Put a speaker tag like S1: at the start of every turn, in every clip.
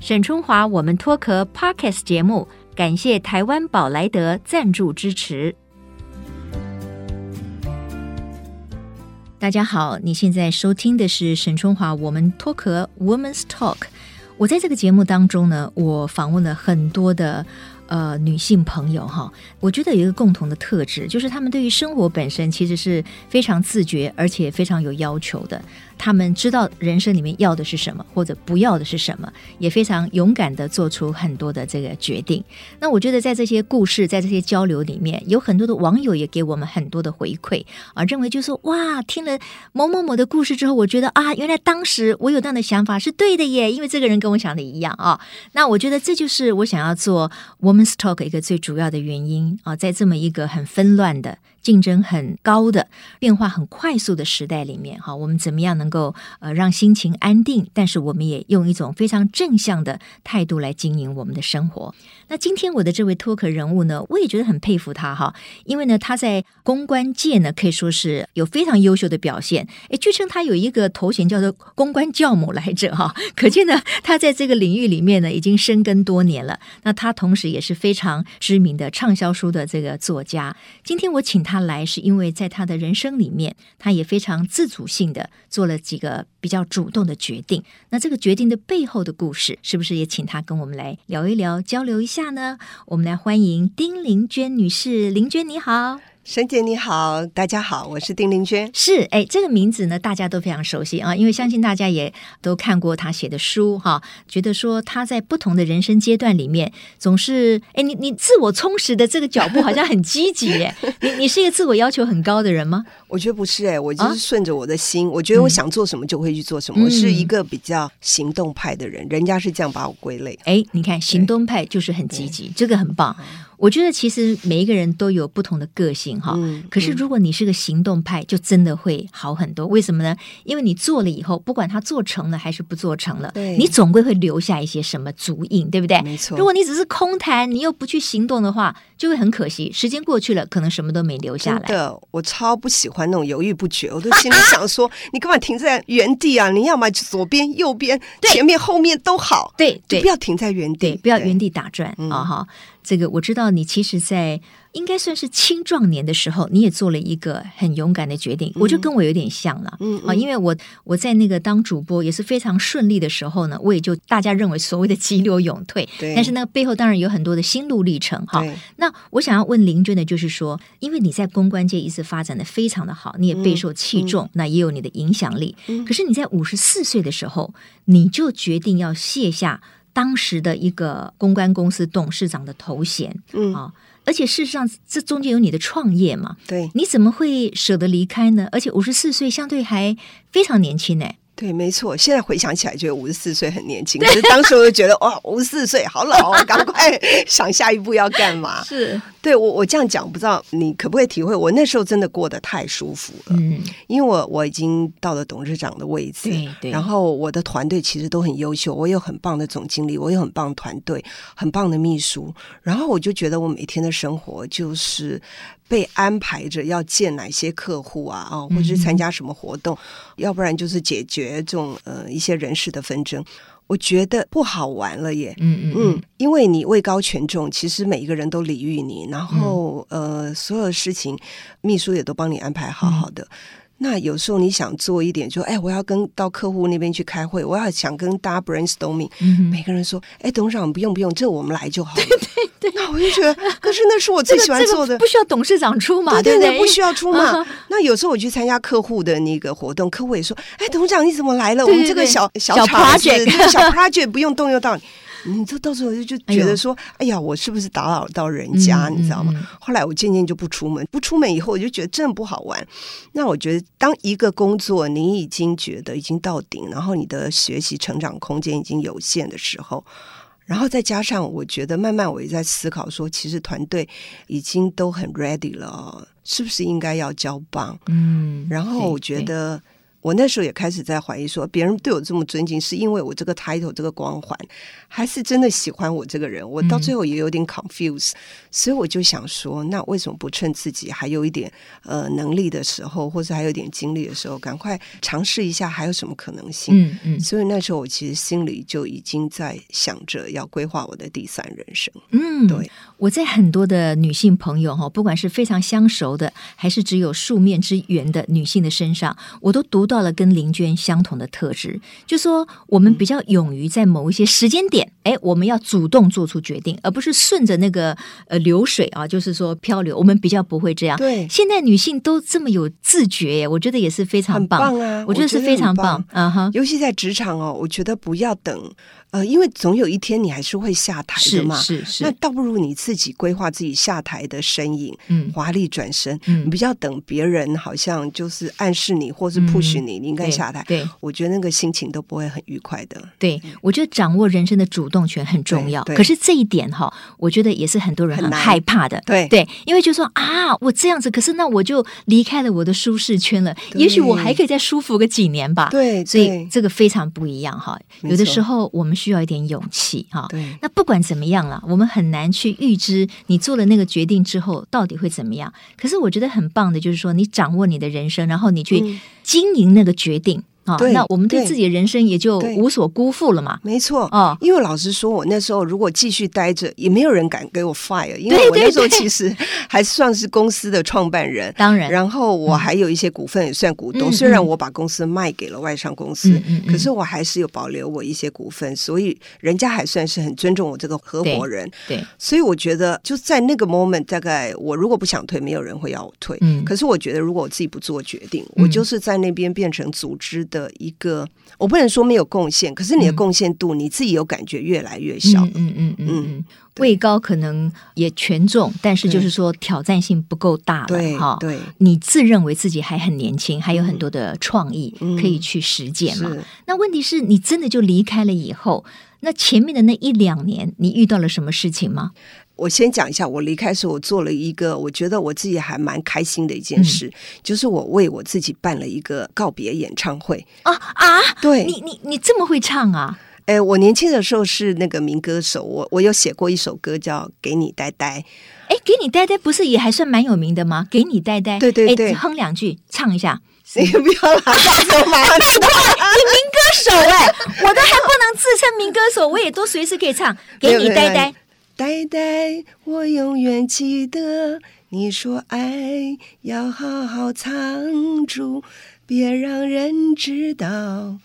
S1: 沈春华，我们脱壳 Pockets 节目，感谢台湾宝莱德赞助支持。大家好，你现在收听的是沈春华，我们脱壳 Women's Talk。我在这个节目当中呢，我访问了很多的呃女性朋友哈，我觉得有一个共同的特质，就是她们对于生活本身其实是非常自觉，而且非常有要求的。她们知道人生里面要的是什么，或者不要的是什么，也非常勇敢的做出很多的这个决定。那我觉得在这些故事，在这些交流里面，有很多的网友也给我们很多的回馈啊，认为就说哇，听了某某某的故事之后，我觉得啊，原来当时我有那样的想法是对的耶，因为这个人跟我想的一样啊。那我觉得这就是我想要做 Woman's Talk 一个最主要的原因啊，在这么一个很纷乱的。竞争很高的、变化很快速的时代里面，哈，我们怎么样能够呃让心情安定？但是我们也用一种非常正向的态度来经营我们的生活。那今天我的这位脱壳人物呢，我也觉得很佩服他哈，因为呢他在公关界呢可以说是有非常优秀的表现。诶，据称他有一个头衔叫做公关教母来着哈， 可见呢他在这个领域里面呢已经深耕多年了。那他同时也是非常知名的畅销书的这个作家。今天我请他。他来是因为在他的人生里面，他也非常自主性的做了几个比较主动的决定。那这个决定的背后的故事，是不是也请他跟我们来聊一聊、交流一下呢？我们来欢迎丁玲娟女士，玲娟你好。
S2: 沈姐你好，大家好，我是丁玲娟。
S1: 是，哎，这个名字呢，大家都非常熟悉啊，因为相信大家也都看过她写的书哈、啊，觉得说她在不同的人生阶段里面，总是哎，你你自我充实的这个脚步好像很积极耶。你你是一个自我要求很高的人吗？
S2: 我觉得不是哎，我就是顺着我的心，啊、我觉得我想做什么就会去做什么。嗯、我是一个比较行动派的人，人家是这样把我归类。
S1: 哎，你看行动派就是很积极，这个很棒。我觉得其实每一个人都有不同的个性哈，
S2: 啊
S1: 嗯、可是如果你是个行动派，就真的会好很多。为什么呢？因为你做了以后，不管它做成了还是不做成了，你总归会留下一些什么足印，对不对？
S2: 没错。
S1: 如果你只是空谈，你又不去行动的话，就会很可惜。时间过去了，可能什么都没留下来。
S2: 真的，我超不喜欢那种犹豫不决，我都心里想说，你干嘛停在原地 啊？你要么就左边、右边、前面、后面都好，
S1: 对，对
S2: 不要停在原地，
S1: 不要原地打转啊！哈、嗯。哦这个我知道，你其实在，在应该算是青壮年的时候，你也做了一个很勇敢的决定。嗯、我就跟我有点像了，嗯啊、嗯哦，因为我我在那个当主播也是非常顺利的时候呢，我也就大家认为所谓的急流勇退，但是那个背后当然有很多的心路历程哈、哦。那我想要问林娟的就是说，因为你在公关界一直发展的非常的好，你也备受器重，嗯、那也有你的影响力。
S2: 嗯
S1: 可是你在五十四岁的时候，你就决定要卸下。当时的一个公关公司董事长的头衔，嗯啊，而且事实上这中间有你的创业嘛，
S2: 对，
S1: 你怎么会舍得离开呢？而且五十四岁相对还非常年轻呢、欸。
S2: 对，没错。现在回想起来，觉得五十四岁很年轻，可是当时我就觉得，哇，五十四岁好老、哦，赶快想下一步要干嘛？
S1: 是，
S2: 对我我这样讲，不知道你可不可以体会？我那时候真的过得太舒服了，嗯，因为我我已经到了董事长的位置，
S1: 对对。
S2: 然后我的团队其实都很优秀，我有很棒的总经理，我有很棒团队，很棒的秘书。然后我就觉得我每天的生活就是被安排着要见哪些客户啊，啊，或者是参加什么活动，嗯、要不然就是解决。这种呃一些人事的纷争，我觉得不好玩了耶。
S1: 嗯嗯嗯，
S2: 因为你位高权重，其实每一个人都礼遇你，然后、嗯、呃所有事情秘书也都帮你安排好好的。嗯、那有时候你想做一点，就哎我要跟到客户那边去开会，我要想跟大家 brainstorming，、嗯、每个人说哎董事长不用不用，这我们来就好了。
S1: 对对对，
S2: 那我就觉得，可是那是我最喜欢做
S1: 这个
S2: 的，
S1: 这个、不需要董事长出嘛，
S2: 对
S1: 对嗯对，
S2: 不需要出嘛。Uh huh. 那有时候我去参加客户的那个活动，客户也说：“哎，董事长你怎么来了？
S1: 对对对
S2: 我们这个小
S1: 小
S2: project，
S1: 这个
S2: 小 project 不用动用到你。” 你就到时候就觉得说，哎,哎呀，我是不是打扰到人家？嗯、你知道吗？嗯嗯、后来我渐渐就不出门，不出门以后，我就觉得真的不好玩。那我觉得，当一个工作你已经觉得已经到顶，然后你的学习成长空间已经有限的时候。然后再加上，我觉得慢慢我也在思考说，其实团队已经都很 ready 了，是不是应该要交棒？
S1: 嗯，
S2: 然后我觉得我那时候也开始在怀疑说，别人对我这么尊敬，是因为我这个 title 这个光环，还是真的喜欢我这个人？我到
S1: 嗯
S2: 最后也有点 confuse，、所以我就想说，那为什么不趁自己还有一点呃能力的时候，或者还有点精力的时候，赶快尝试一下还有什么可能性？
S1: 嗯嗯
S2: 所以那时候我其实心里就已经在想着要规划我的第三人生。
S1: 嗯，
S2: 对。
S1: 我在很多的女性朋友哈，不管是非常相熟的，还是只有数面之缘的女性的身上，我都读到了跟林娟相同的特质，就说我
S2: 嗯
S1: 们比较勇于在某一些时间点，哎，我们要主动做出决定，而不是顺着那个呃流水啊，就是说漂流，我们比较不会这样。
S2: 对
S1: 现在女性都这么有自觉耶，我觉得也是非常
S2: 很
S1: 棒，
S2: 棒啊！
S1: 我觉得是非常
S2: 很
S1: 棒，嗯哼。
S2: 尤其在职场哦，我觉得不要等，呃，因为总有一天你还是会下台的
S1: 是
S2: 嘛。
S1: 是是，
S2: 那倒不如你自己规划自己下台的身影，
S1: 嗯
S2: 华丽转身。
S1: 嗯
S2: 你不要等别人好像就是暗示你或是
S1: 嗯
S2: push 你，你应该
S1: 对
S2: 下台。
S1: 对
S2: 我觉得那个心情都不会很愉快的。
S1: 对，我觉得掌握人生的主动权很重要。
S2: 嗯对对
S1: 可是这一点哈，我觉得也是很多人
S2: 很
S1: 很
S2: 难
S1: 害怕的。
S2: 对
S1: 对，因为就说啊，我这样子，可是那我就离开了我的舒适圈了，
S2: 对
S1: 也许我还可以再舒服个几年吧。
S2: 对，
S1: 所以
S2: 对
S1: 这个非常不一样哈。
S2: 没
S1: 有的
S2: 错
S1: 时候我们需要一点勇气哈。
S2: 对
S1: 那不管怎么样啦，我们很难去预知你做了那个决定之后到底会怎么样。可是我觉得很棒的，就是说你掌握你的人生，然后你去
S2: 嗯
S1: 经营那个决定。啊，
S2: 对
S1: 那我们对
S2: 对
S1: 自己的人生也就
S2: 对
S1: 无所辜负了嘛。
S2: 没错。
S1: 哦，
S2: 因为老实说，我那时候如果继续待着，也没有人敢给我 fire，因
S1: 对
S2: 为我
S1: 对
S2: 那时候
S1: 对
S2: 其实还算是公司的创办人。
S1: 当然，
S2: 然后我还有一些股份也算股东，
S1: 嗯
S2: 虽然我把公司卖给了外商公司，
S1: 嗯嗯嗯
S2: 可是我还是有保留我一些股份，所以人家还算是很尊重我这个合伙人。
S1: 对，
S2: 所以我觉得就在那个 moment，大概我如果不想退，没有人会要我退。
S1: 嗯
S2: 可是我觉得如果我自己不做决定，
S1: 嗯
S2: 我就是在那边变成组织的一个，我不能说没有贡献，可是你的
S1: 嗯
S2: 贡献度你自己有感觉越来越小。
S1: 嗯嗯嗯嗯嗯
S2: 嗯，
S1: 位高可能也权重，但是就是说挑战性不够大
S2: 对
S1: 了哈。
S2: 对，
S1: 你自认为自己还很年轻，还有很多的创意
S2: 嗯
S1: 可以去实践嘛？
S2: 是
S1: 那问题是你真的就离开了以后，那前面的那一两年，你遇到了什么事情吗？
S2: 我先讲一下，我离开时我做了一个我觉得我自己还蛮开心的一件事，
S1: 嗯
S2: 就是我为我自己办了一个告别演唱会。
S1: 啊啊！
S2: 对，
S1: 你你你这么会唱啊？
S2: 哎，我年轻的时候是那个民歌手，我我有写过一首歌叫《给你呆呆》，
S1: 哎，给你呆呆不是也还算蛮有名的吗？给你呆呆，
S2: 对对
S1: 哎
S2: 对
S1: 哼两句，唱一下。
S2: 你不 要啦，到时候马上知道。
S1: 手
S2: 欸
S1: 哎、 我都还不能自称民歌手，我也都随时可以 唱。给你呆呆，
S2: 呆呆，我永远记得你说爱要好好藏住，别让人知道。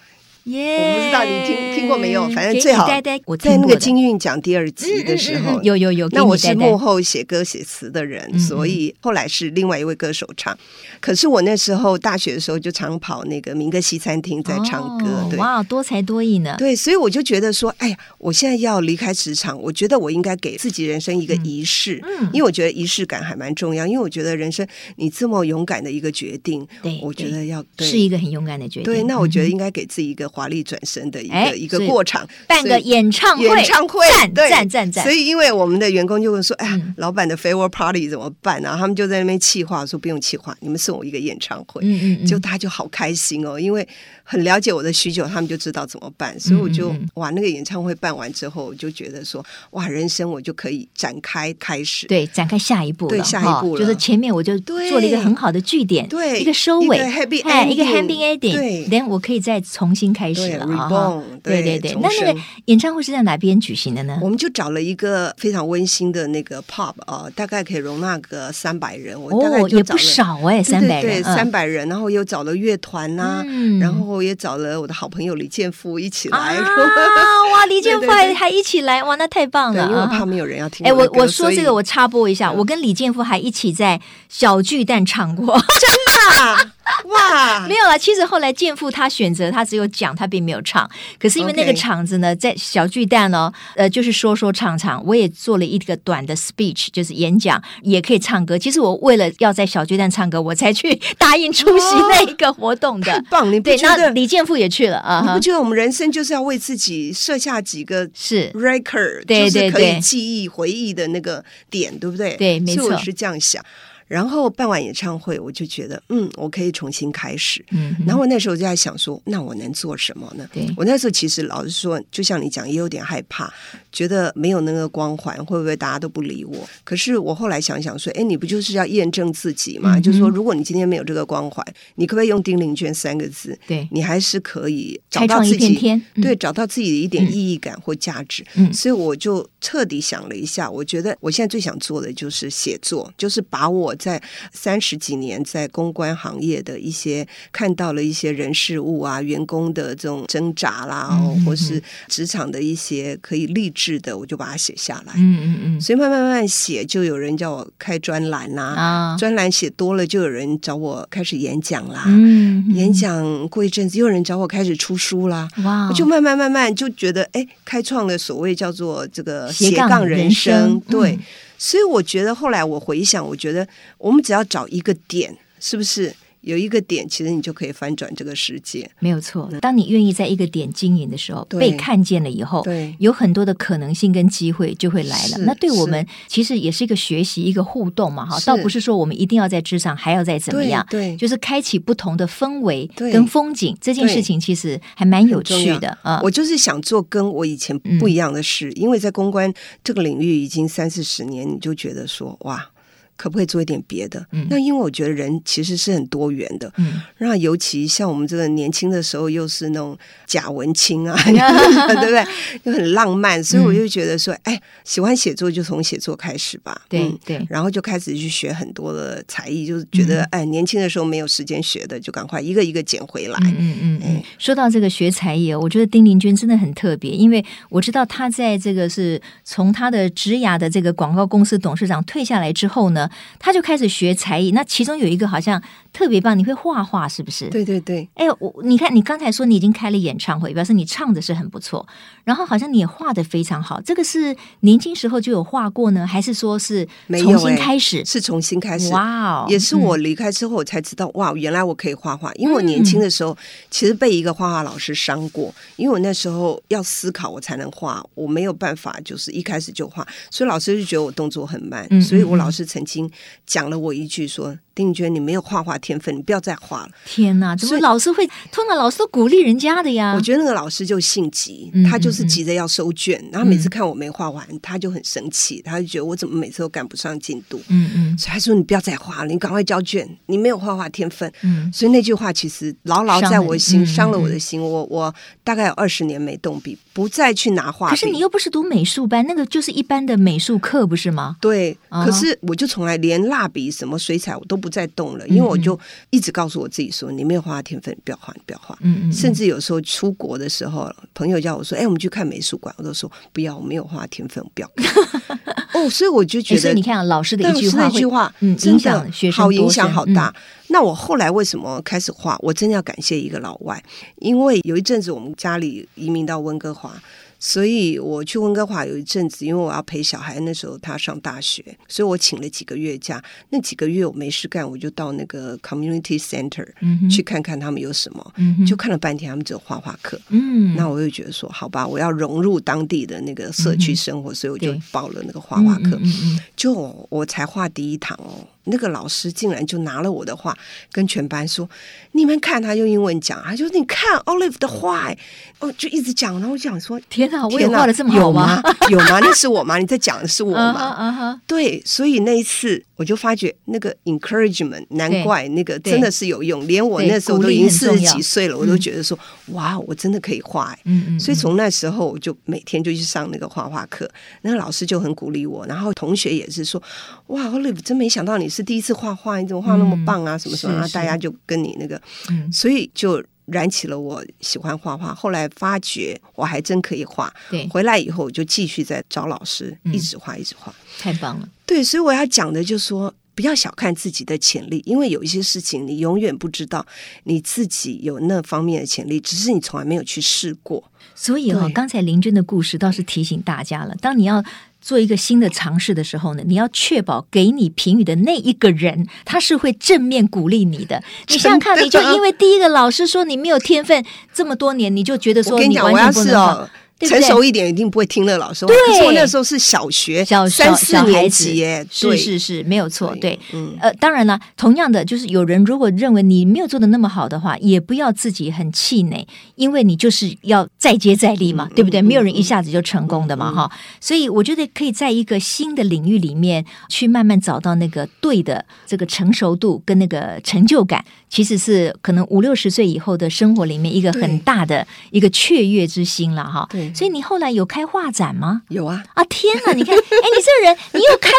S1: 耶
S2: 我不知道你听听过没有反正最好
S1: 给你呆呆，我
S2: 在
S1: 听
S2: 那
S1: 过
S2: 个
S1: 的
S2: 金韵奖第二
S1: 嗯
S2: 集
S1: 嗯
S2: 的时
S1: 嗯
S2: 候，
S1: 嗯有有有，
S2: 那我是
S1: 给你呆
S2: 幕
S1: 呆。
S2: 后写歌写词的人，
S1: 嗯
S2: 所以后来是另外一位歌手唱。可是我那时候大学的时候就常跑那个民歌西餐厅在唱歌，
S1: 哦
S2: 对。
S1: 哇，多才多艺呢。
S2: 对，所以我就觉得说，哎呀，我现在要离开职场，我觉得我应该给自己人生一个仪式，
S1: 嗯
S2: 因为我觉得仪式感还蛮重要。因为我觉得人生你这么勇敢的一个决定，
S1: 对
S2: 我觉得要对
S1: 是一个很勇敢的决定。
S2: 对，那我觉得
S1: 嗯
S2: 应该给自己一个华丽转身的一个、
S1: 哎
S2: 一个
S1: 所以
S2: 过场，
S1: 办
S2: 所
S1: 个
S2: 以
S1: 演唱会，
S2: 演唱会，
S1: 赞
S2: 对
S1: 赞赞赞
S2: 所。以，因为我们的员工就会说：“哎呀
S1: 嗯，
S2: 老板的 farewell party 怎么办啊？”他们就在那边气话说：“不用气话，你们送我一个演唱会。
S1: 嗯嗯嗯，
S2: 就他就好开心哦，因为很了解我的需求，他们就知道怎么办，所以我就、
S1: 嗯嗯嗯
S2: 哇，那个演唱会办完之后，我就觉得说哇，人生我就可以展开开始，
S1: 对展开下一步了，
S2: 对下一步
S1: 哈
S2: 了
S1: 就是前面我就
S2: 对
S1: 做了一个很好的据点，
S2: 对
S1: 一个收尾，
S2: 一个 happy
S1: 哎一个 happy
S2: ending，
S1: ending，
S2: 对
S1: then 我可以再重新开始
S2: 对
S1: 了啊哈。
S2: ，reborn，
S1: 对对对，
S2: 重
S1: 那那个
S2: 生
S1: 演唱会是在哪边举行的呢？
S2: 我们就找了一个非常温馨的那个 pub 啊、大概可以容纳个三百人，我大概
S1: 哦，
S2: 就
S1: 也
S2: 找
S1: 不
S2: 了
S1: 少哎，
S2: 对
S1: 三百
S2: 对
S1: 人，
S2: 对，三百人，然后又找了乐团啊呐、
S1: 嗯
S2: 然后也找了我的好朋友李健富一起
S1: 嗯
S2: 来。
S1: 啊，哇，李健
S2: 对对
S1: 富还
S2: 对
S1: 还一起来，哇，那太棒
S2: 对，
S1: 了
S2: 因为我怕
S1: 啊！
S2: 没有人要听
S1: 哎，
S2: 我
S1: 我
S2: 的歌
S1: 我说这个，我插播一下，
S2: 嗯
S1: 我跟李健富还一起在小巨蛋唱过，
S2: 所以哇
S1: 没，有啦，其实后来健富他选择他只有讲，他并没有唱。可是因为那个
S2: OK
S1: 场子呢，在小巨蛋哦，呃，就是说说唱唱，我也做了一个短的 speech，就是演讲，也可以唱歌。其实我为了要在小巨蛋唱歌，我才去答应出席
S2: 哦
S1: 那一个活动的。
S2: 太 棒！你不
S1: 对，
S2: 觉
S1: 那
S2: 得？你
S1: 李健富也去了啊
S2: 不
S1: 哈，
S2: 觉得我们人生就是要为自己设下几个
S1: 是
S2: record，
S1: 对
S2: 就是
S1: 对
S2: 可以
S1: 对
S2: 记忆、回忆的那个点，对不对？
S1: 对没
S2: 所以我
S1: 错
S2: 是这样想。然后办完演唱会，我就觉得，嗯，我可以重新开始。
S1: 嗯哼，
S2: 然后我那时候就在想说，那我能做什么呢？
S1: 对
S2: 我那时候其实老实说，就像你讲，也有点害怕，觉得没有那个光环，会不会大家都不理我？可是我后来想想说，哎，你不就是要验证自己嘛？
S1: 嗯哼
S2: 就是说，如果你今天没有这个光环，你可不可以用“丁玲娟”三个字？
S1: 对，
S2: 你还是可以找
S1: 开
S2: 到
S1: 创
S2: 自
S1: 一片
S2: 己，
S1: 天，嗯
S2: 对，，找到自己的一点
S1: 嗯
S2: 意义感或价值。
S1: 嗯
S2: 所以我就彻底想了一下，我觉得我现在最想做的就是写作，就是把我在三十几年在公关行业的一些看到了一些人事物啊、员工的这种挣扎啦，
S1: 嗯
S2: 哦
S1: 嗯
S2: 或是职场的一些可以励志的，我就把它写下来。
S1: 嗯嗯嗯
S2: 所以慢慢慢慢写，就有人叫我开专栏
S1: 嗯
S2: 啦、
S1: 啊，
S2: 专栏写多了，就有人找我开始演讲啦。
S1: 嗯，嗯
S2: 演讲过一阵子，又有人找我开始出书啦。
S1: 哇，哦
S2: 我就慢慢慢慢就觉得，哎，开创了所谓叫做这个
S1: 斜杠
S2: 杠
S1: 人
S2: 人生
S1: 生，
S2: 对。
S1: 嗯
S2: 所以我觉得后来我回想，我觉得我们只要找一个点，是不是有一个点，其实你就可以翻转这个世界。
S1: 没有错。当你愿意在一个点经营的时候，
S2: 对
S1: 被看见了以后。
S2: 对，
S1: 有很多的可能性跟机会就会来了
S2: 是，
S1: 那对我们其实也是一个学习、一个互动嘛，哈，
S2: 是
S1: 倒不是说我们一定要在职场还要再怎么
S2: 对
S1: 样，
S2: 对，
S1: 就是开启不同的氛围
S2: 对
S1: 跟风景，这件事情其实还蛮有趣
S2: 很重
S1: 的啊。嗯
S2: 我就是想做跟我以前不一样的事，因为在公关这个领域已经三四十年，你就觉得说哇。可不可以做一点别的？
S1: 嗯
S2: 那因为我觉得人其实是很多元的，
S1: 嗯，
S2: 那尤其像我们这个年轻的时候，又是那种假文 青啊， 对不对？又很浪漫，所以我就觉得说，哎，喜欢写作就从写作开始吧。
S1: 对
S2: 嗯
S1: 对，
S2: 然后就开始去学很多的才艺，就是觉得、
S1: 嗯
S2: 哎，年轻的时候没有时间学的，就赶快一个一个捡回来。
S1: 嗯嗯嗯嗯
S2: 哎。
S1: 说到这个学才艺哦，我觉得丁玲娟真的很特别，因为我知道她在这个是从她的职涯的这个广告公司董事长退下来之后呢，她就开始学才艺。那其中有一个好像特别棒，你会画画是不是？。
S2: 对对对，
S1: 哎，我你看，你刚才说你已经开了演唱会，表示你唱的是很不错，然后好像你也画的非常好。这个是年轻时候就有画过呢，还是说是
S2: 没有
S1: 重新
S2: 哎
S1: 开始？
S2: 是从新开始。
S1: 哇哦，
S2: 也是
S1: 嗯嗯
S2: 我离开之后，我才知道、哇，原来我可以画画。因为我年轻的时候，其实被一个画画老师伤过，因为我那时候要思考我才能画，我没有办法就是一开始就画，所以老师就觉得我动作很慢。
S1: 嗯
S2: 所以我
S1: 嗯
S2: 老师曾经讲了我一句说：“丁娟，你没有画画天分，你不要再画了。
S1: 天哪，怎么
S2: 所以
S1: 老师会？通常老师都鼓励人家的呀。
S2: 我觉得那个老师就性急
S1: 啊嗯，
S2: 他就是
S1: 嗯嗯嗯
S2: 急着要收卷，然后每次看我没画完，他就很生气，他就觉得我怎么每次都赶不上进度。
S1: 嗯嗯
S2: 所以他说：“你不要再画了，你赶快交卷，你没有画画天分。”
S1: 嗯，
S2: 所以那句话其实牢牢在我
S1: 伤了
S2: 心，
S1: 你嗯
S2: 伤了我的心。我我大概有二十年没动笔，不再去拿画
S1: 可
S2: 笔。
S1: 是你又不是读美术班，那个就是一般的美术课，不是吗？
S2: 对，
S1: 啊哈
S2: 可是我就从来连蜡笔、什么水彩我都不再动
S1: 嗯
S2: 了，因为我就一直告诉我自己说：“你没有画画天分，不要画，你不要画。”
S1: 嗯嗯，
S2: 甚至有时候出国的时候，朋友叫我说：“哎，我们去看美术馆。”我都说：“不要，我没有画天分，我不要看。” 哦，所以我就
S1: 哎
S2: 觉
S1: 所以
S2: 得
S1: 你看啊，老师的
S2: 但
S1: 一句
S2: 是
S1: 话
S2: 那
S1: 会，
S2: 句话，
S1: 嗯
S2: 真
S1: 影
S2: 的
S1: 响学生多
S2: 好
S1: 嗯
S2: 影响
S1: 深
S2: 好大。那我后来为什么开始画？我真的要感谢一个老外，因为有一阵子我们家里移民到温哥华。所以我去温哥华有一阵子，因为我要陪小孩，那时候他上大学，所以我请了几个月假。那几个月我没事干，我就到那个 community center
S1: 嗯哼
S2: 去看看他们有什么。
S1: 嗯哼
S2: 就看了半天，他们只有画画课。
S1: 嗯，
S2: 那我就觉得说，好吧，我要融入当地的那个社区
S1: 嗯哼
S2: 生活，所以我就
S1: 对
S2: 报了那个画画课。
S1: 嗯嗯嗯嗯
S2: 就我我才画第一堂哦，那个老师竟然就拿了我的画跟全班说：“你们看。”他用英文讲，他就你看 Olive 的画、哎，哦，就一直讲。然后我想说，
S1: 天哪，哦我也
S2: 天哪
S1: 画的这么好
S2: 有？ 有吗？那是我吗？你在讲的是我
S1: 啊哈
S2: 吗？
S1: 啊哈，
S2: 对，所以那一次我就发觉那个 encouragement，难怪那个真的是有用。连我那时候
S1: 对
S2: 都已
S1: 鼓励
S2: 经
S1: 很
S2: 四
S1: 重
S2: 十
S1: 要
S2: 几岁了，我都觉得说，哇，我真的可以画、哎
S1: 嗯嗯，
S2: 所以从那时候我就每天就去上那个画画课，那个老师就很鼓励我，然后同学也是说：“哇，Olive，真没想到你是第一次画画，你怎么画那么棒啊？什么什
S1: 嗯
S2: 么？”
S1: 是
S2: 然后大
S1: 是
S2: 家就跟你那个，
S1: 嗯
S2: 所以就燃起了我喜欢画画。后来发觉我还真可以画，
S1: 对，
S2: 回来以后我就继续在找老师，
S1: 嗯
S2: 一直画，一直画。
S1: 太棒了，
S2: 对，所以我要讲的就是说，不要小看自己的潜力，因为有一些事情你永远不知道你自己有那方面的潜力，只是你从来没有去试过。
S1: 所以哦
S2: 对，
S1: 刚才林娟的故事倒是提醒大家了，当你要。做一个新的尝试的时候呢，你要确保给你评语的那一个人，他是会正面鼓励你的。你想想看，
S2: 真的
S1: 你就因为第一个老师说你没有天分，这么多年你就觉得
S2: 我
S1: 说
S2: 跟你
S1: 你
S2: 讲，
S1: 完
S2: 我要
S1: 全不
S2: 是
S1: 能画，
S2: 哦，
S1: 对不
S2: 成
S1: 对
S2: 熟一点一定不会听了老师话。
S1: 对
S2: 可是我那时候是小学
S1: 小小
S2: 三四
S1: 小孩
S2: 年
S1: 子
S2: 级耶，
S1: 是
S2: 对
S1: 是是，没有错，对。，
S2: 嗯，
S1: 呃，当然了，同样的，就是有人如果认为你没有做的那么好的话，也不要自己很气馁，因为你就是要再接再厉嘛，
S2: 嗯
S1: 对不对？
S2: 嗯
S1: 没有人一下子就成功的嘛，哈、所以我觉得可以在一个新的领域里面去慢慢找到那个对的这个成熟度跟那个成就感，其实是可能五六十岁以后的生活里面一个很
S2: 对
S1: 大的一个雀跃之心了，哈。
S2: 对
S1: 所以你后来有开画展吗？
S2: 有啊，
S1: 啊天哪！你看，哎，你这个人，你又开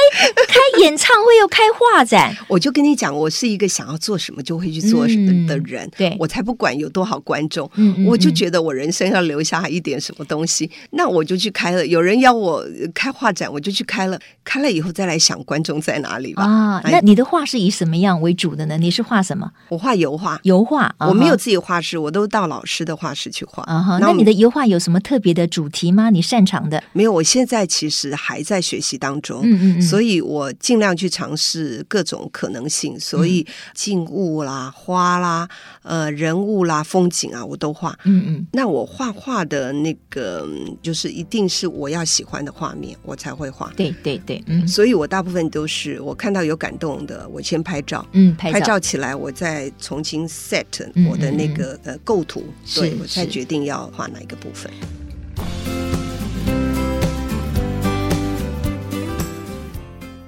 S1: 开演唱会，又开画 展，
S2: 我就跟你讲，我是一个想要做什么就会去做什么的
S1: 嗯
S2: 人，
S1: 对
S2: 我才不管有多少观众，
S1: 嗯嗯
S2: 我就
S1: 嗯
S2: 觉得我人生要留下一点什么东西，那我就去开了。有人要我呃开画展，我就去开了，开了以后再来想观众在哪里吧。
S1: 啊，
S2: 哎
S1: 那你的画是以什么样为主的呢？你是画什么？
S2: 我画油画，
S1: 油画？啊哈
S2: 我没有自己画室，我都到老师的画室去画。
S1: 啊哈。
S2: 那
S1: 那
S2: 我
S1: 你的油画有什么特别的主题吗？你擅长的？
S2: 没有，我现在其实还在学习当中。
S1: 嗯嗯嗯。
S2: 哦所
S1: 以
S2: 以我尽量去尝试各种可能
S1: 嗯
S2: 性，所以静物啦、花啦、呃人物啦、风景啊，我都画。
S1: 嗯嗯
S2: 那我画画的那个，嗯就是一定是我要喜欢的画面，我才会画。
S1: 对对对，嗯
S2: 所以我大部分都是我看到有感动的，我先拍照。
S1: 嗯，拍照
S2: 起来，我再重新 set
S1: 嗯
S2: 我的那
S1: 嗯嗯
S2: 个、呃构图，
S1: 是
S2: 对我才
S1: 是
S2: 决定要画哪一个部分。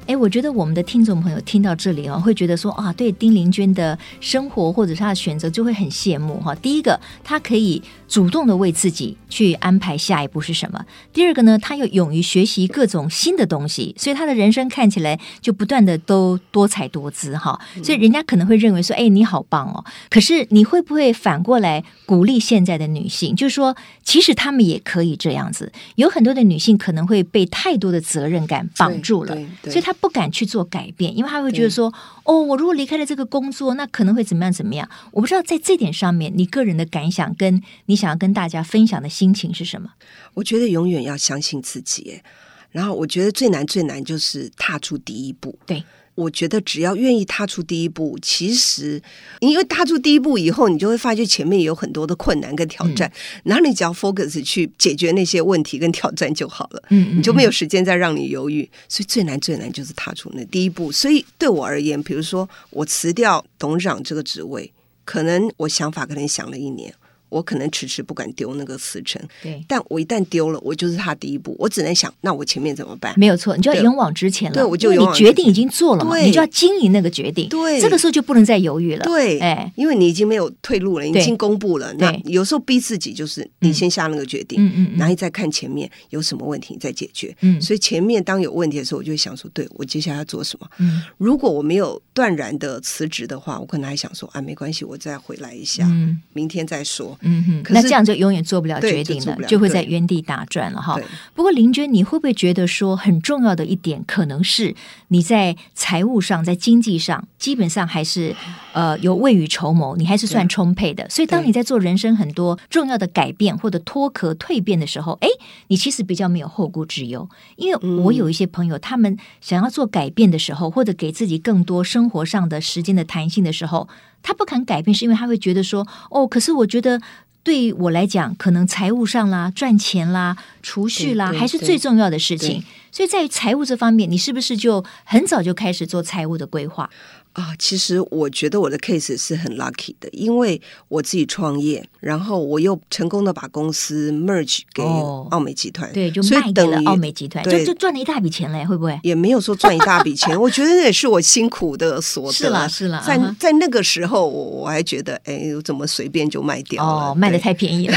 S1: 哎，我觉得我们的听众朋友听到这里哦，会觉得说啊，对丁玲娟的生活或者是她的选择就会很羡慕哈。第一个，她可以主动的为自己去安排下一步是什么；第二个呢，她又勇于学习各种新的东西，所以她的人生看起来就不断的都多彩多姿哈。
S2: 嗯
S1: 所以人家可能会认为说，哎，你好棒哦。可是你会不会反过来鼓励现在的女性，就是说，其实她们也可以这样子。有很多的女性可能会被太多的责任感绑住了
S2: 对，对
S1: 所以她不敢去做改变，因为她会觉得说，哦，我如果离开了这个工作，那可能会怎么样怎么样。我不知道在这点上面，你个人的感想跟你想要跟大家分享的心情是什么？
S2: 我觉得永远要相信自己耶。然后我觉得最难最难就是踏出第一步。
S1: 对，
S2: 我觉得只要愿意踏出第一步，其实因为踏出第一步以后，你就会发觉前面有很多的困难跟挑战，
S1: 嗯
S2: 然后你只要 focus 去解决那些问题跟挑战就好了。
S1: 嗯
S2: 你就没
S1: 有
S2: 有时间再让你犹豫，所以最难最难就是踏出那第一步。所以对我而言，比如说我辞掉董事长这个职位，可能我想法可能想了一年，我可能迟迟不敢丢那个辞呈，
S1: 对。
S2: 但我一旦丢了，我就是踏第一步，我只能想，那我前面怎么办？
S1: 没有错，你就要
S2: 对
S1: 勇往直前了。
S2: 对我就
S1: 因为
S2: 勇
S1: 你
S2: 往
S1: 决
S2: 直
S1: 定
S2: 前
S1: 已经做了嘛，
S2: 对
S1: 你就要经营那个决定。
S2: 对
S1: 这个时候就不能再犹豫了。
S2: 对，
S1: 哎，
S2: 因为你已经没有退路了，你已
S1: 对
S2: 经公布了。那
S1: 对
S2: 有时候逼自己就是你先下那个决定，
S1: 嗯嗯嗯
S2: 然后你再看前面有什么问题你再解决。
S1: 嗯
S2: 所以前面当有问题的时候，我就会想说，对我接下来要做什么？
S1: 嗯
S2: 如果我没有断然的辞职的话，我可能还想说啊，没关系，我再回来一下，
S1: 嗯
S2: 明天再说。
S1: 嗯哼，
S2: 可
S1: 那
S2: 是
S1: 这样就永远做不了
S2: 对
S1: 决
S2: 就
S1: 定
S2: 做
S1: 了
S2: 不，了
S1: 就会
S2: 对
S1: 在原地打转了哈
S2: 对。
S1: 不过林娟，你会不会觉得说很重要的一点，可能是你在财务上、在经济上，基本上还是呃有未雨绸缪，你还是算充沛的。所以当
S2: 对
S1: 你在做人生很多重要的改变或者脱壳蜕变的时候，哎，你其实比较没有后顾之忧。因为
S2: 嗯
S1: 我有一些朋友，他们想要做改变的时候，或者给自己更多生活上的时间的弹性的时候，他不肯改变，是因为他会觉得说，哦，可是我觉得。对我来讲，可能财务上啦、赚钱啦、储蓄啦，
S2: 对对
S1: 还是
S2: 对
S1: 最重要的事情
S2: 对。
S1: 所以在于财务这方面，你是不是就很早就开始做财务的规划？
S2: 啊，其实我觉得我的 case 是很 lucky 的，因为我自己创业，然后我又成功的把公司 merge 给
S1: 哦
S2: 奥美集团，
S1: 对，就
S2: 所
S1: 卖给
S2: 以等
S1: 了
S2: 于
S1: 奥美集团，就
S2: 对
S1: 就赚了一大笔钱嘞，会不会？
S2: 也没有说赚一大笔钱，我觉得那也是我辛苦的所得。
S1: 是啦是啦
S2: 在
S1: 嗯哼
S2: 在那个时候，我我还觉得，哎，我怎么随便就卖掉了？
S1: 哦，卖的
S2: 对
S1: 太便宜 了。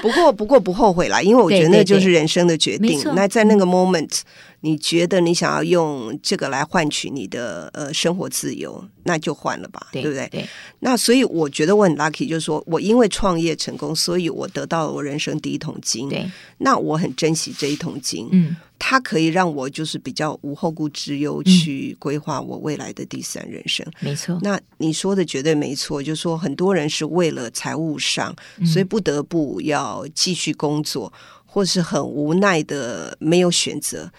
S2: 不过不过不后悔啦，因为我
S1: 对
S2: 觉得那
S1: 对
S2: 就是
S1: 对
S2: 人生的决
S1: 没
S2: 定
S1: 错。嗯
S2: 那在那个 moment，你觉得你想要用这个来换取你的呃生活自由，那就换了吧，对不对？
S1: 对，
S2: 那所以我觉得我很 lucky，就是说我因为创业成功，所以我得到了我人生第一桶金。
S1: 对，
S2: 那我很珍惜这一桶金，
S1: 嗯
S2: 它可以让我就是比较无后顾之忧去规划我未来的第三人生。
S1: 没错，
S2: 那你说的绝对没错，就是说很多人是为了财务上，
S1: 嗯
S2: 所以不得不要继续工作，或是很无奈的没有选择。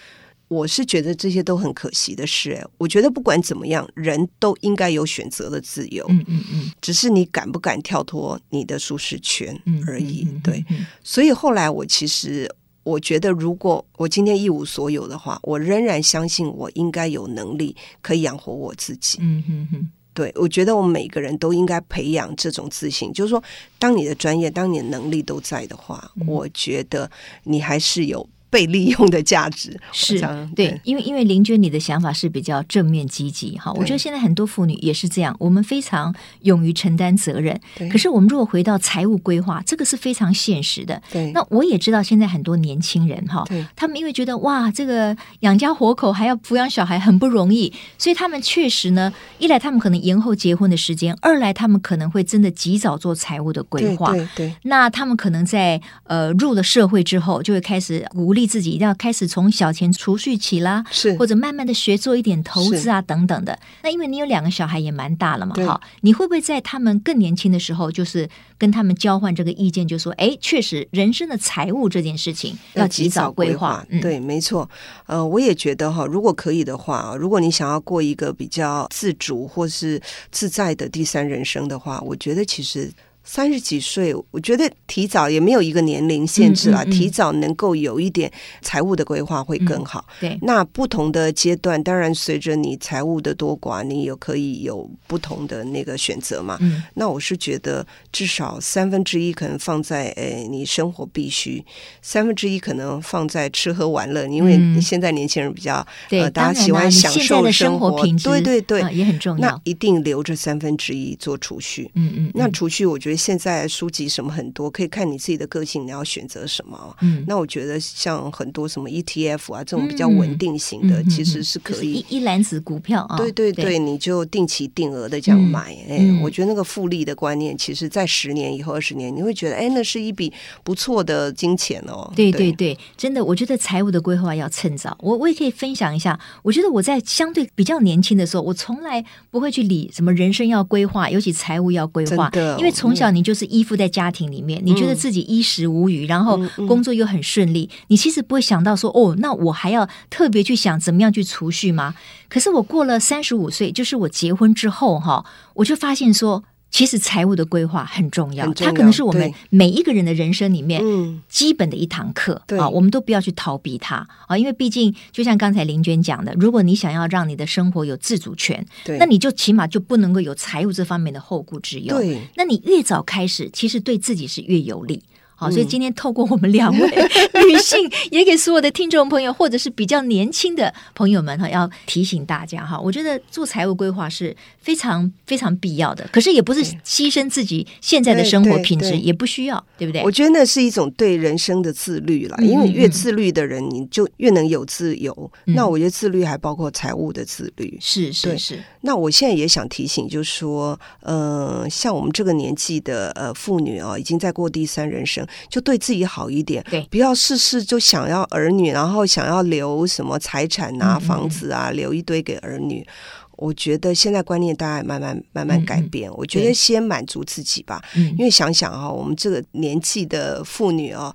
S2: 我是觉得这些都很可惜的事、哎我觉得不管怎么样，人都应该有选择的自由，
S1: 嗯嗯嗯
S2: 只是你敢不敢跳脱你的舒适圈
S1: 嗯
S2: 而已。
S1: 嗯嗯嗯
S2: 对，
S1: 嗯
S2: 所以后来我其实我觉得，如果我今天一无所有的话，我仍然相信我应该有能力可以养活我自己。
S1: 嗯嗯嗯
S2: 对，我觉得我们每个人都应该培养这种自信，就是说，当你的专业、当你的能力都在的话，
S1: 嗯
S2: 我觉得你还是有被利用的价值。
S1: 是
S2: 我常
S1: 对，因为因为林娟你的想法是比较正面积极哈，我觉得
S2: 对
S1: 现在很多妇女也是这样，我们非常勇于承担责任，
S2: 对
S1: 可是我们如果回到财务规划，这个是非常现实的。
S2: 对，
S1: 那我也知道现在很多年轻人哈
S2: 对，
S1: 他们因为觉得哇，这个养家活口还要抚养小孩很不容易，所以他们确实呢，一来他们可能延后结婚的时间，二来他们可能会真的及早做财务的规
S2: 对
S1: 划。
S2: 对对
S1: 那他们可能在呃入了社会之后，就会开始鼓励自己一定要开始从小钱储蓄起啦，
S2: 是
S1: 或者慢慢的学做一点投资啊等等的。那因为你有两个小孩也蛮大了嘛，
S2: 对
S1: 哈，你会不会在他们更年轻的时候，就是跟他们交换这个意见，就说，哎，确实人生的财务这件事情要及早规划，嗯，
S2: 对，没错。呃，我也觉得哈，如果可以的话，如果你想要过一个比较自主或是自在的第三人生的话，我觉得其实。三十几岁，我觉得提早也没有一个年龄限制啦，
S1: 嗯嗯嗯
S2: 提早能够有一点财务的规划会更好。
S1: 对，
S2: 那不同的阶段，当然随着你财务的多寡，你有可以有不同的那个选择嘛。
S1: 嗯
S2: 那我是觉得至少三分之一可能放在诶、你生活必须，三分之一可能放在吃喝玩乐，因为
S1: 嗯
S2: 现在年轻人比较、
S1: 对，
S2: 呃大
S1: 当
S2: 家喜
S1: 然啦，
S2: 欢
S1: 你
S2: 享
S1: 现在
S2: 受
S1: 的生活品质，
S2: 对对对，
S1: 啊也很重
S2: 那
S1: 要，
S2: 一定留着三分之一做储蓄。
S1: 嗯嗯，
S2: 那
S1: 嗯
S2: 储蓄，我觉得现在书籍什么很多，可以看你自己的个性，你要选择什么哦。
S1: 嗯
S2: 那我觉得像很多什么 ETF 啊这种比较稳定型的，
S1: 嗯嗯
S2: 其实
S1: 嗯
S2: 是
S1: 就
S2: 可以
S1: 一一篮子股票啊，
S2: 对对对，你就定期定额的这样
S1: 嗯
S2: 买，哎、
S1: 嗯
S2: 我觉得那个复利的观念，其实在十年以后、二十年，你会觉得，哎，那是一笔不错的金钱哦。
S1: 对对对，真的，我觉得财务的规划要趁早。我我也可以分享一下，我觉得我在相对比较年轻的时候，我从来不会去理什么人生要规划，尤其财务要规划
S2: 真的，嗯
S1: 因为从小你就是依附在家庭里面，你觉得自己衣食无余，然
S2: 嗯
S1: 后工作又很顺利，你其实不会想到说，哦，那我还要特别去想怎么样去储蓄吗？可是我过了三十五岁，就是我结婚之后哈，我就发现说。其实财务的规划很重要，
S2: 很重
S1: 它可能
S2: 要
S1: 是我们
S2: 对
S1: 每一个人的人生里面
S2: 嗯，
S1: 基本的一堂课
S2: 对
S1: 啊，我们都不要去逃避它啊，因为毕竟就像刚才林娟讲的，如果你想要让你的生活有自主权，
S2: 对，
S1: 那你就起码就不能够有财务这方面的后顾之忧。
S2: 对
S1: 那你越早开始，其实对自己是越有利。好，
S2: 嗯
S1: 所以今天透过我们两 位女性，也给所有的听众朋友，或者是比较年轻的朋友们哈，要提醒大家哈，我觉得做财务规划是非常非常必要的，可是也不是牺牲自己现在的
S2: 对
S1: 生活
S2: 对
S1: 品质，
S2: 对
S1: 也不需要，对不对？
S2: 我觉得那是一种对人生的自律啦，因为
S1: 嗯嗯
S2: 越
S1: 嗯
S2: 自律的人，你就越能有自由。
S1: 嗯
S2: 那我觉得自律还包括财务的自律。
S1: 是是
S2: 对
S1: 是，
S2: 那我现在也想提醒，就是说，呃，像我们这个年纪的呃妇女哦，已经在过第三人生，就对自己好一点，
S1: 对
S2: 不要事事就想要儿女，然后想要留什么财产
S1: 嗯
S2: 啊、
S1: 嗯
S2: 房子啊，留一堆给儿女。我觉得现在观念大家也慢慢慢慢改变，我觉
S1: 嗯对
S2: 得先满足自己吧，
S1: 嗯
S2: 因为想想啊、我们这个年纪的妇女哦，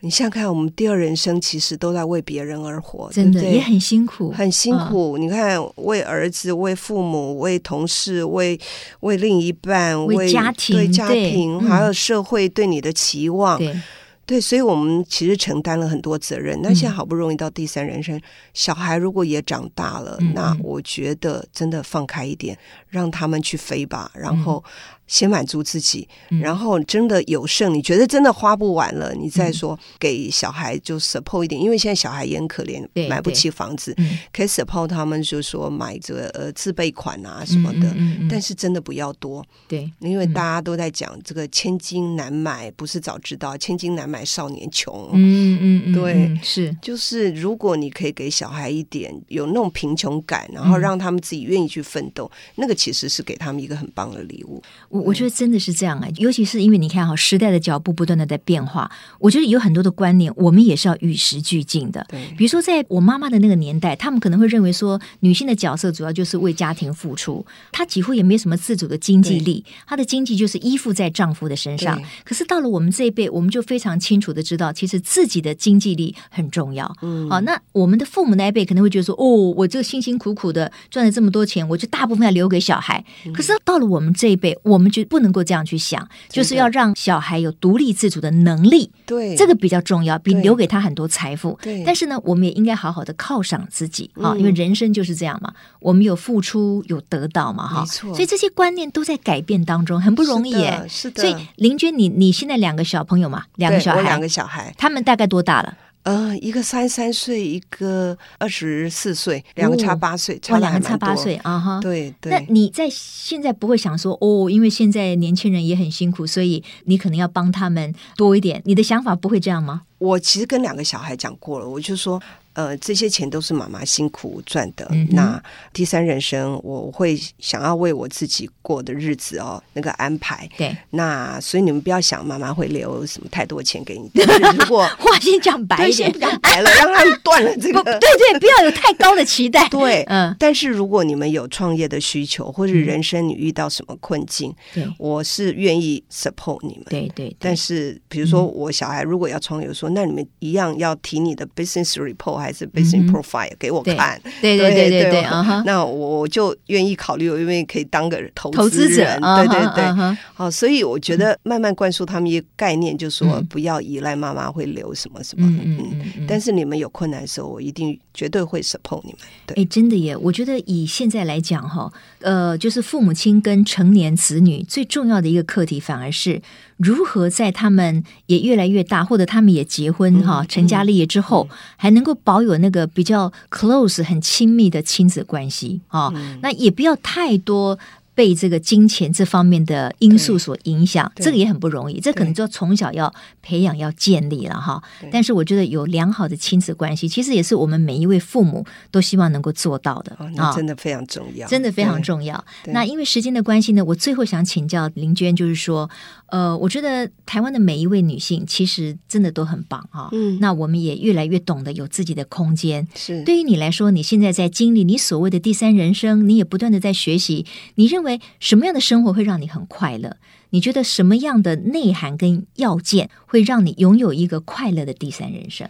S2: 你想想看，我们第二人生其实都在为别人而活，
S1: 真的
S2: 对不对
S1: 也很辛苦，
S2: 很辛
S1: 嗯。
S2: 苦。你看，为儿子、为父母、为同事、为为另一半、
S1: 为家庭
S2: 对家
S1: 对
S2: 庭，
S1: 嗯
S2: 还有社会对你的期望，
S1: 对，
S2: 对所以我们其实承担了很多责任。那
S1: 嗯
S2: 现在好不容易到第三人生，小孩如果也长大了，
S1: 嗯
S2: 那
S1: 嗯
S2: 我觉得真的放开一点，让他们去飞吧，然后先满足自己，
S1: 嗯
S2: 然后真的有剩，你觉得真的花不完了，你再
S1: 嗯
S2: 说给小孩就 support 一点，因为现在小孩也很可怜
S1: 对，
S2: 买不
S1: 对
S2: 起房子，
S1: 嗯，
S2: 可以 support 他们，就说买这个呃自备款啊什么的。
S1: 嗯嗯嗯嗯
S2: 但是真的不要多，
S1: 对，
S2: 因为
S1: 嗯
S2: 大家都在讲这个千金难买，不是早知道，千金难买少年穷。
S1: 嗯嗯嗯，
S2: 对
S1: 嗯是，
S2: 就是如果你可以给小孩一点有那种贫穷感，然后
S1: 嗯
S2: 让他们自己愿意去奋斗，那个其实是给他们一个很棒的礼物。
S1: 我我觉得真的是这样啊，尤其是因为你看哈，时代的脚步不断的在变化，我觉得有很多的观念，我们也是要与时俱进的。
S2: 对，
S1: 比如说，在我妈妈的那个年代，他们可能会认为说，女性的角色主要就是为家庭付出，她几乎也没有什么自主的经济力，她的经济就是依附在丈夫的身上
S2: 对。
S1: 可是到了我们这一辈，我们就非常清楚的知道，其实自己的经济力很重要。嗯，好、啊，那我们的父母那一辈可能会觉得说，哦，我这辛辛苦苦的赚了这么多钱，我就大部分要留给小孩。
S2: 嗯
S1: 可是到了我们这一辈，我们就不能够这样去想，就是要让小孩有独立自主的能力。
S2: 对，
S1: 这个比较重要，比留给他很多财富。
S2: 对，嗯
S1: 但是呢，我们也应该好好的犒赏自己啊，因为人生就是这样嘛，我们有付出，有得到嘛，哈。所以这些观念都在改变当中，很不容易耶。
S2: 是的。
S1: 所以林娟，你你现在两个小朋友嘛，两个小孩，
S2: 两个小孩，
S1: 他们大概多大了？
S2: 呃，一个三三岁，一个二十四岁，两个差八岁，
S1: 差哦两个差八岁啊哈。
S2: 对对。
S1: 那你在现在不会想说哦，因为现在年轻人也很辛苦，所以你可能要帮他们多一点。你的想法不会这样吗？
S2: 我其实跟两个小孩讲过了，我就说。呃，这些钱都是妈妈辛苦赚的。嗯、那第三人生，我会想要为我自己过的日子哦，那个安排。
S1: 对，
S2: 那所以你们不要想妈妈会留什么太多 钱给你。但是如果
S1: 话先讲白一点，
S2: 先讲白了，让他们断了这个。
S1: 对对，不要有太高的期待。
S2: 对，嗯。但是如果你们有创业的需求，或者人生你遇到什么困境，
S1: 嗯、
S2: 我是愿意 support 你们。
S1: 对,对对。
S2: 但是比如
S1: 嗯
S2: 说我小孩如果要创业，我说、嗯、那你们一样要提你的 business report。还是 business profile、嗯、给我看，
S1: 对对对对对，啊
S2: 那我就愿意考虑，因为可以当个投
S1: 投资啊
S2: 人，对对对，
S1: 好、嗯
S2: 哦，所以我觉得慢慢灌输他们一个概念，就说不要依赖妈妈会留什么什么，
S1: 嗯嗯嗯，
S2: 但是你们有困难的时候，我一定绝对会 support 你们。对，
S1: 哎，真的耶，我觉得以现在来讲哈，呃，就是父母亲跟成年子女最重要的一个课题，反而是如何在他们也越来越大，或者他们也结婚哈、嗯、成家立业之后，还能够保。保有那个比较 close 很亲密的亲子关系啊、哦，嗯、那也不要太多被这个金钱这方面的因素所影响，这个也很不容易，这可能就要从小要培养要建立了哈。但是我觉得有良好的亲子关系，其实也是我们每一位父母都希望能够做到的啊，
S2: 哦、那真的非常重要，
S1: 真的非常重要。那因为时间的关系呢，我最后想请教林娟，就是说。呃，我觉得台湾的每一位女性其实真的都很棒啊、哦。
S2: 嗯，
S1: 那我们也越来越懂得有自己的空间。
S2: 是，
S1: 对于你来说，你现在在经历你所谓的第三人生，你也不断的在学习。你认为什么样的生活会让你很快乐？你觉得什么样的内涵跟要件会让你拥有一个快乐的第三人生？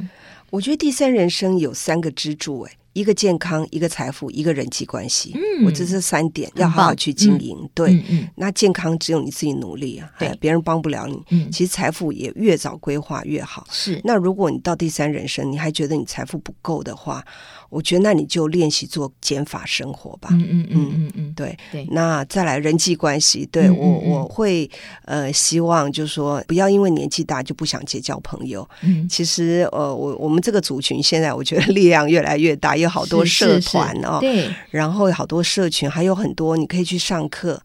S2: 我觉得第三人生有三个支柱、欸，哎。一个健康，一个财富，一个人际关系。
S1: 嗯，
S2: 我这是三点要好好去经营。
S1: 嗯、
S2: 对，
S1: 嗯嗯、
S2: 那健康只有你自己努力啊，
S1: 对、
S2: 哎，别人帮不了你。
S1: 嗯，
S2: 其实财富也越早规划越好。
S1: 是，
S2: 那如果你到第三人生，你还觉得你财富不够的话，我觉得那你就练习做减法生活吧。
S1: 嗯嗯嗯嗯嗯，
S2: 对
S1: 对。
S2: 那再来人际关系，对
S1: 嗯
S2: 我我会呃希望就是说不要因为年纪大就不想结交朋友。
S1: 嗯，
S2: 其实呃我我们这个族群现在我觉得力量越来越大。有好多社团哦，
S1: 是是是对，
S2: 然后有好多社群，还有很多你可以去上课。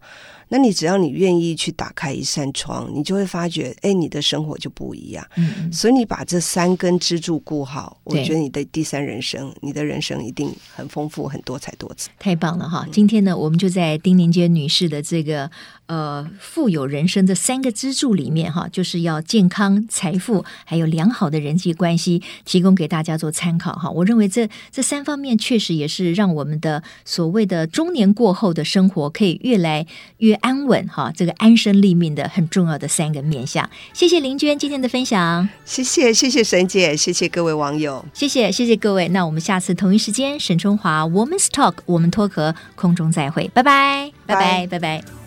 S2: 那你只要你愿意去打开一扇窗，你就会发觉，哎，你的生活就不一样。
S1: 嗯，
S2: 所以你把这三根支柱顾好，我觉得你的第三人生，你的人生一定很丰富、很多彩多姿。
S1: 太棒了哈！今天呢，我们就在丁宁娟女士的这个呃富有人生的三个支柱里面哈，就是要健康、财富，还有良好的人际关系，提供给大家做参考哈。我认为这这三方面确实也是让我们的所谓的中年过后的生活可以越来越。安稳哈，这个安身立命的很重要的三个面向。谢谢林娟今天的分享，
S2: 谢谢谢谢沈姐，谢谢各位网友，
S1: 谢谢谢谢各位。那我们下次同一时间，沈春华 Woman's Talk 我们脱壳空中再会，拜拜拜拜拜拜。